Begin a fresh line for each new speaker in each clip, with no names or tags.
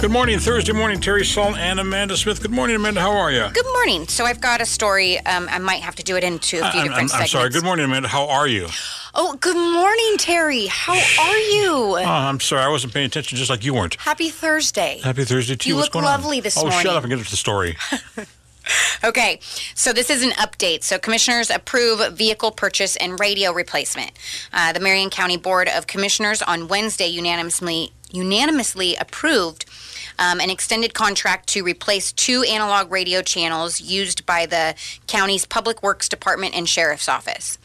Good morning, Thursday morning. Terry Saul and Amanda Smith. Good morning, Amanda. How are you?
Good morning. So I've got a story. Um, I might have to do it into a few
I'm,
different
I'm- I'm
segments.
sorry. Good morning, Amanda. How are you?
Oh, good morning, Terry. How are you?
Oh, I'm sorry. I wasn't paying attention, just like you weren't.
Happy Thursday.
Happy Thursday to you.
You
What's
look
going on?
lovely this
oh,
morning.
shut up and get into the story.
Okay, so this is an update. So commissioners approve vehicle purchase and radio replacement. Uh, the Marion County Board of Commissioners on Wednesday unanimously unanimously approved um, an extended contract to replace two analog radio channels used by the county's Public Works Department and Sheriff's Office.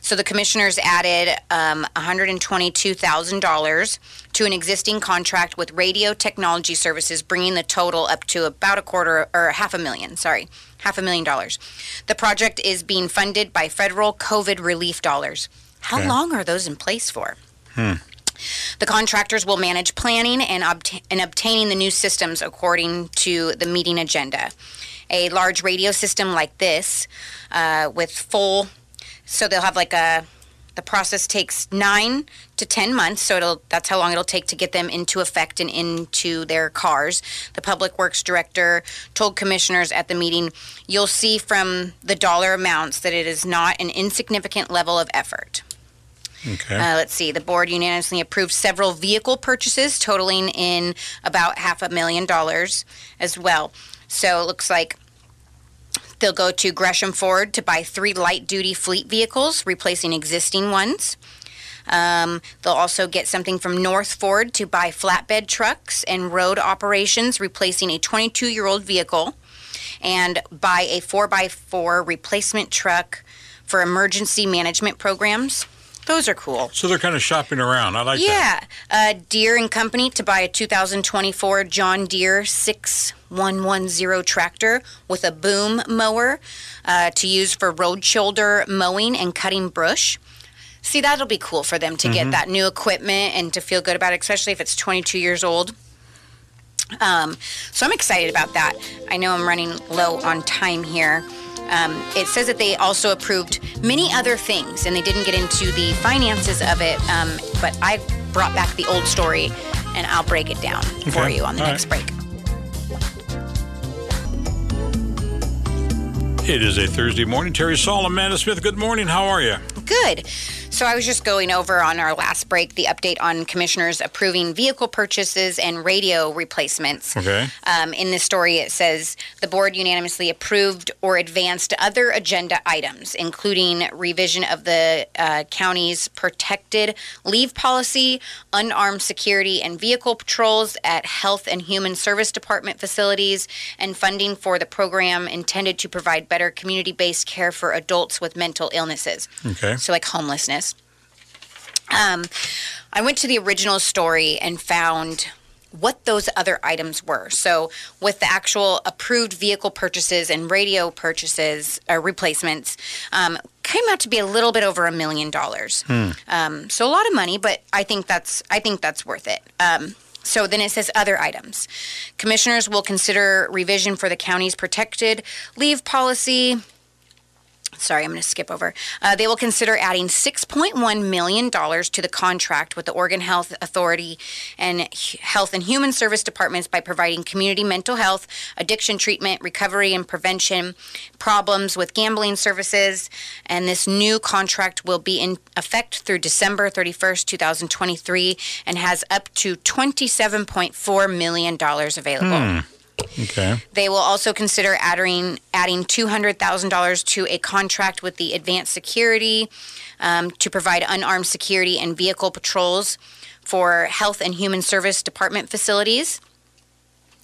So the commissioners added um, $122,000 to an existing contract with Radio Technology Services, bringing the total up to about a quarter or half a million, sorry, half a million dollars. The project is being funded by federal COVID relief dollars. How
Okay.
long are those in place for? The contractors will manage planning and, obta- and obtaining the new systems according to the meeting agenda. A large radio system like this, uh, with full, so they'll have like a, the process takes nine to ten months. So it'll that's how long it'll take to get them into effect and into their cars. The public works director told commissioners at the meeting, "You'll see from the dollar amounts that it is not an insignificant level of effort."
Okay.
Uh, let's see. The board unanimously approved several vehicle purchases totaling in about half a million dollars as well. So it looks like they'll go to Gresham Ford to buy three light duty fleet vehicles, replacing existing ones. Um, they'll also get something from North Ford to buy flatbed trucks and road operations, replacing a 22 year old vehicle, and buy a 4x4 replacement truck for emergency management programs. Those are cool.
so they're kind of shopping around. I like that.
Yeah, uh, Deere and Company to buy a 2024 John Deere 6110 tractor with a boom mower uh, to use for road shoulder mowing and cutting brush. See, that'll be cool for them to get that new equipment and to feel good about it, especially if it's 22 years old. Um, so I'm excited about that. I know I'm running low on time here. Um, it says that they also approved many other things, and they didn't get into the finances of it. Um, but I brought back the old story, and I'll break it down for
Okay.
you on the
All
next break.
It is a Thursday morning. Terry Saul, Amanda Smith. Good morning. How are you?
Good. So I was just going over on our last break the update on commissioners approving vehicle purchases and radio replacements.
Okay.
Um, in this story, it says the board unanimously approved or advanced other agenda items, including revision of the uh, county's protected leave policy, unarmed security and vehicle patrols at Health and Human Service Department facilities, and funding for the program intended to provide better community based care for adults with mental illnesses
Okay.
so like homelessness. Um, I went to the original story and found what those other items were. So with the actual approved vehicle purchases and radio purchases or replacements, um, came out to be a little bit over a million dollars. Um, so a lot of money, but I think that's I think that's worth it. Um, so then it says other items. Commissioners will consider revision for the county's protected leave policy. Sorry, I'm going to skip over. Uh, they will consider adding $6.1 million to the contract with the Oregon Health Authority and H- Health and Human Service Departments by providing community mental health, addiction treatment, recovery and prevention, problems with gambling services. And this new contract will be in effect through December 31st, 2023, and has up to $27.4 million available.
Okay.
They will also consider adding adding two hundred thousand dollars to a contract with the Advanced Security um, to provide unarmed security and vehicle patrols for Health and Human Service Department facilities.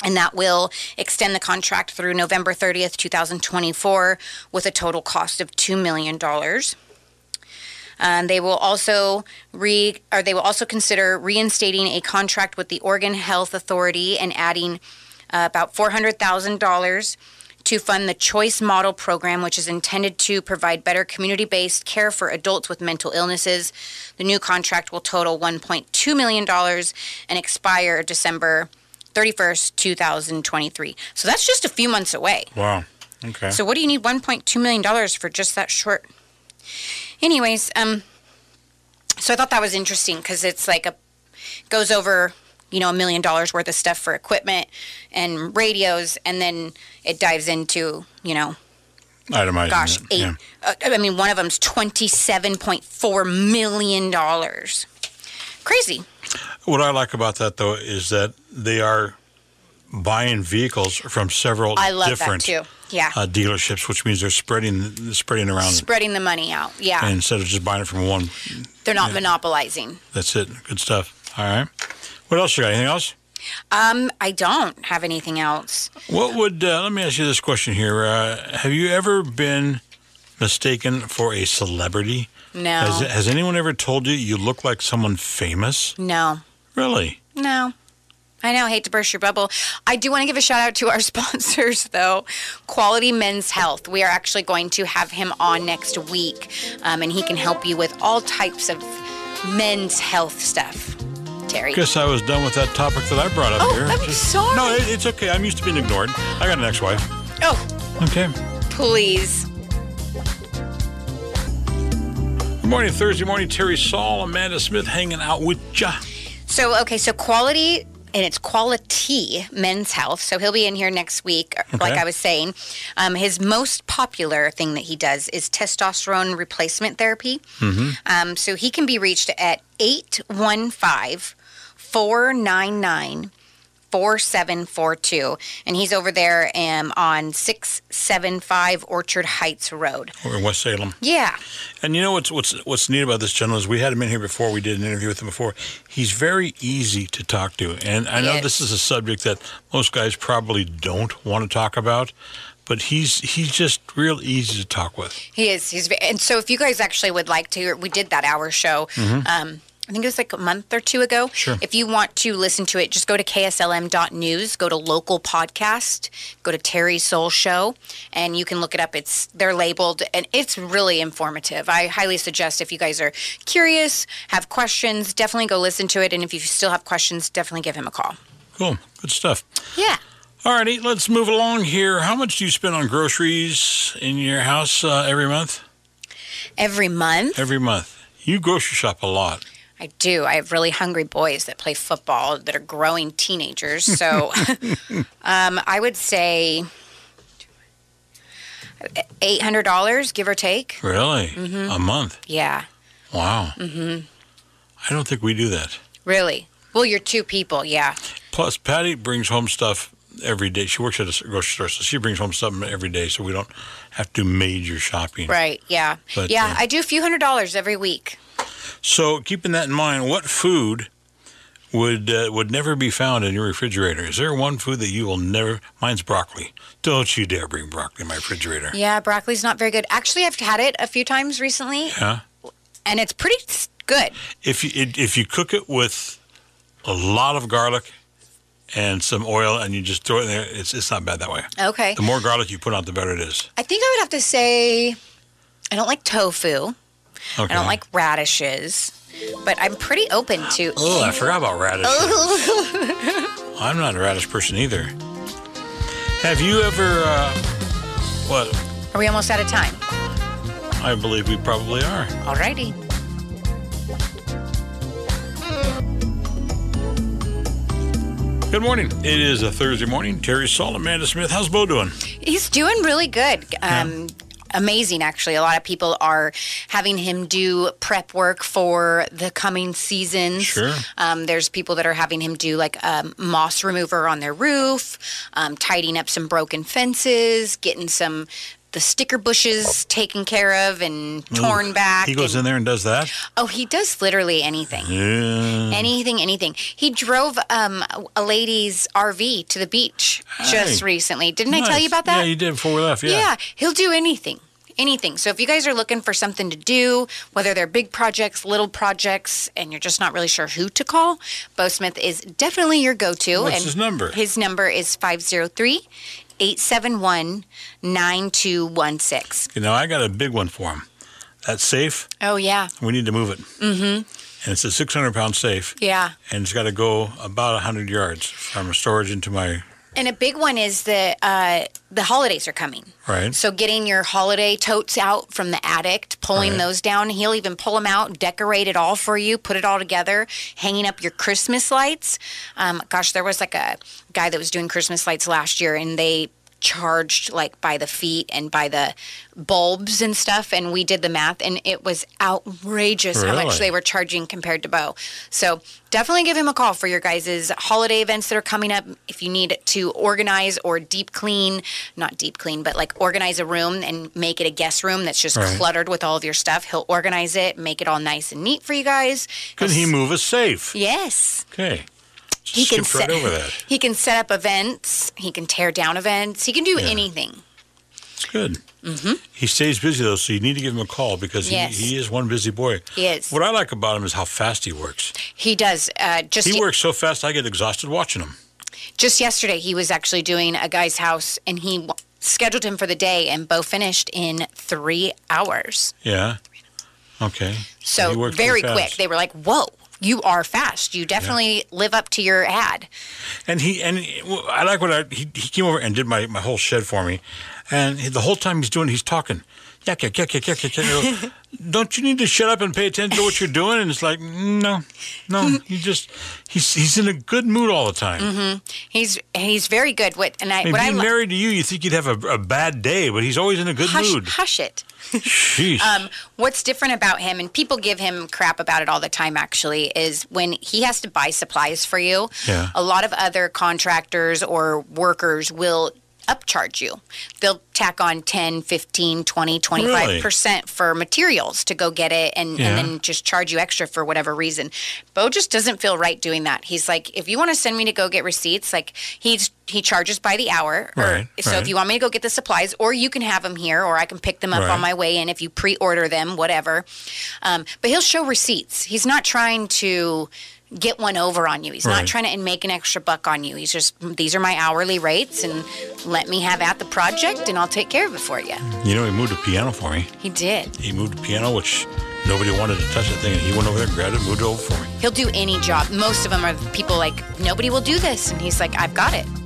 And that will extend the contract through November 30th, 2024, with a total cost of $2 million. Um, they will also re, or they will also consider reinstating a contract with the Oregon Health Authority and adding uh, about four hundred thousand dollars to fund the Choice Model Program, which is intended to provide better community-based care for adults with mental illnesses. The new contract will total one point two million dollars and expire December. 31st, 2023. So that's just a few months away.
Wow. Okay.
So what do you need 1.2 million dollars for just that short? Anyways, um, so I thought that was interesting because it's like a goes over you know, a million dollars worth of stuff for equipment and radios, and then it dives into, you know,
Itemizing
gosh,
it.
eight.
Yeah.
Uh, I mean, one of them's twenty-seven point four million dollars. Crazy.
What I like about that though is that they are buying vehicles from several
I love
different
that too. Yeah,
Uh, dealerships, which means they're spreading spreading around
spreading the money out. Yeah,
and instead of just buying it from one.
they're not monopolizing.
That's it. Good stuff. All right. What else you got? Anything else?
Um, I don't have anything else.
What would uh, let me ask you this question here? Uh, have you ever been mistaken for a celebrity?
No,
Has, has anyone ever told you you look like someone famous?
no.
Really?
No. I know, hate to burst your bubble. I do want to give a shout out to our sponsors, though. Quality Men's Health. We are actually going to have him on next week, um, and he can help you with all types of men's health stuff. Terry.
Guess I was done with that topic that I brought up
Oh,
here.
I'm
Just-
sorry.
No, it, it's okay. I'm used to being ignored. I got an ex-wife.
Oh,
Okay.
please.
Good morning, Thursday morning. Terry Saul, Amanda Smith, hanging out with ya.
So, okay, so quality and it's quality men's health. So he'll be in here next week, uh, like I was saying. Um, his most popular thing that he does is testosterone replacement therapy. Um, so he can be reached at 815 499 4742. And he's over there um, on 675 Orchard Heights Road.
We're in West Salem.
Yeah.
And you know what's what's what's neat about this gentleman is we had him in here before. We did an interview with him before. He's very easy to talk to, and I know
Yes.
this is a subject that most guys probably don't want to talk about, but he's he's just real easy to talk with.
He is. He's ve- and so if you guys actually would like to, we did that hour show. Um, I think it was like a month or two ago.
Mm-hmm. Sure.
If you want to listen to it, just go to kslm.news, go to local podcast, go to Terry Soul Show, and you can look it up. It's they're labeled and it's really informative. I highly suggest if you guys are curious, have questions, definitely go listen to it. And if you still have questions, definitely give him a call.
Cool, good stuff.
Yeah.
All righty, let's move along here. How much do you spend on groceries in your house uh, every month?
Every month.
Every month, you grocery shop a lot.
I do. I have really hungry boys that play football that are growing teenagers. So um, I would say $800, give or take.
Really, a month?
Yeah,
Wow. Mm-hmm. I don't think we do that.
really. Well, you're two people. Yeah.
Plus, Patty brings home stuff every day. She works at a grocery store, so she brings home something every day, so we don't have to major shopping.
Right. Yeah.
But,
yeah.
uh,
I do a few hundred dollars every week.
So, keeping that in mind, what food would uh, would never be found in your refrigerator? Is there one food that you will never? Mine's broccoli. Don't you dare bring broccoli in my refrigerator.
Yeah. Broccoli's not very good. Actually, I've had it a few times recently
Huh?
and it's pretty s- good.
If you it, if you cook it with a lot of garlic and some oil, and you just throw it in there, it's it's not bad that way.
Okay.
The more garlic you put on, it, the better it is.
I think I would have to say I don't like tofu.
Okay.
I don't like radishes, but I'm pretty open to.
Oh, I forgot about radish. I'm not a radish person either. Have you ever, uh, what?
Are we almost out of time?
I believe we probably are.
Alrighty.
Good morning. It is a Thursday morning. Terry Saul, Amanda Smith. How's Bo doing?
He's doing really good. Um, Amazing, actually. A lot of people are having him do prep work for the coming seasons.
Sure.
Um, there's people that are having him do like um, moss remover on their roof, um, tidying up some broken fences, getting some the sticker bushes taken care of and torn back.
He goes
and-
in there and does that.
oh, he does literally anything.
Yeah.
Anything, anything. He drove um, a lady's RV to the beach just
Hey.
recently. Didn't I tell
Nice.
you about that?
Yeah, you did before we left. Yeah.
Yeah, he'll do anything. Anything. So if you guys are looking for something to do, whether they're big projects, little projects, and you're just not really sure who to call, Bo Smith is definitely your go to.
What's
and
his number?
His number is 503 871 9216.
Okay, now I got a big one for him. That safe,
Oh, yeah.
we need to move it. Mm-hmm. And it's a 600 pound safe,
Yeah.
and it's got to go about 100 yards from storage into my
And a big one is that uh, the holidays are coming.
Right.
So getting your holiday totes out from the attic, pulling
Right.
those down. He'll even pull them out, decorate it all for you, put it all together, hanging up your Christmas lights. Um, gosh, there was like a guy that was doing Christmas lights last year, and they charged like by the feet and by the bulbs and stuff and we did the math and it was outrageous how much
Really?
they were charging compared to Bo. So definitely give him a call for your guys' holiday events that are coming up. If you need to organize or deep clean, not deep clean, but like organize a room and make it a guest room that's just
Right.
cluttered with all of your stuff, he'll organize it, make it all nice and neat for you guys.
Can he move us safe?
Yes.
Okay. Just
He can
skipped right
set
over that.
He can set up events, he can tear down events, he can do
Yeah.
anything.
It's good. Mm-hmm. He stays busy though, so you need to give him a call because he,
Yes.
he is one busy boy.
He is.
What I like about him is how fast he works.
He does uh, just
He works so fast, I get exhausted watching him.
just yesterday he was actually doing a guy's house and he w- scheduled him for the day and bo finished in three hours
Yeah. Okay. he
so
works
very
pretty
quick
fast.
they were like whoa you are fast you definitely live up to your ad
And he and he- well, I like what I he, he came over and did my, my whole shed for me, and he- the whole time he's doing it, he's talking. Yak yak yak yak yak yak. yak. I go, Don't you need to shut up and pay attention to what you're doing? And it's like no, no. He just he's he's in a good mood all the time.
he's he's very good with and i
I mean,
what i
being
lo-
married to you, you think you'd have a, a bad day, but he's always in a good
hush
mood.
hush it
Sheesh.
um, what's different about him, and people give him crap about it all the time, actually, is when he has to buy supplies for you,
Yeah.
a lot of other contractors or workers will upcharge you. They'll tack on 10, 15, 20, 25% for materials to go get it and,
Yeah.
and then just charge you extra for whatever reason. Bo just doesn't feel right doing that. He's like, if you want to send me to go get receipts, like he's he charges by the hour. or-
Right,
so
right.
if you want me to go get the supplies, or you can have them here, or I can pick them up
Right.
on my way in if you pre-order them, whatever. Um, but he'll show receipts. He's not trying to get one over on you. He's
Right.
not trying to make an extra buck on you. He's just these are my hourly rates, and let me have at the project, and I'll take care of it for you.
you know, he moved a piano for me.
He did.
He moved a piano, which nobody wanted to touch that thing, and he went over there, grabbed it, moved it over for me.
He'll do any job. Most of them are people like nobody will do this, and he's like, I've got it.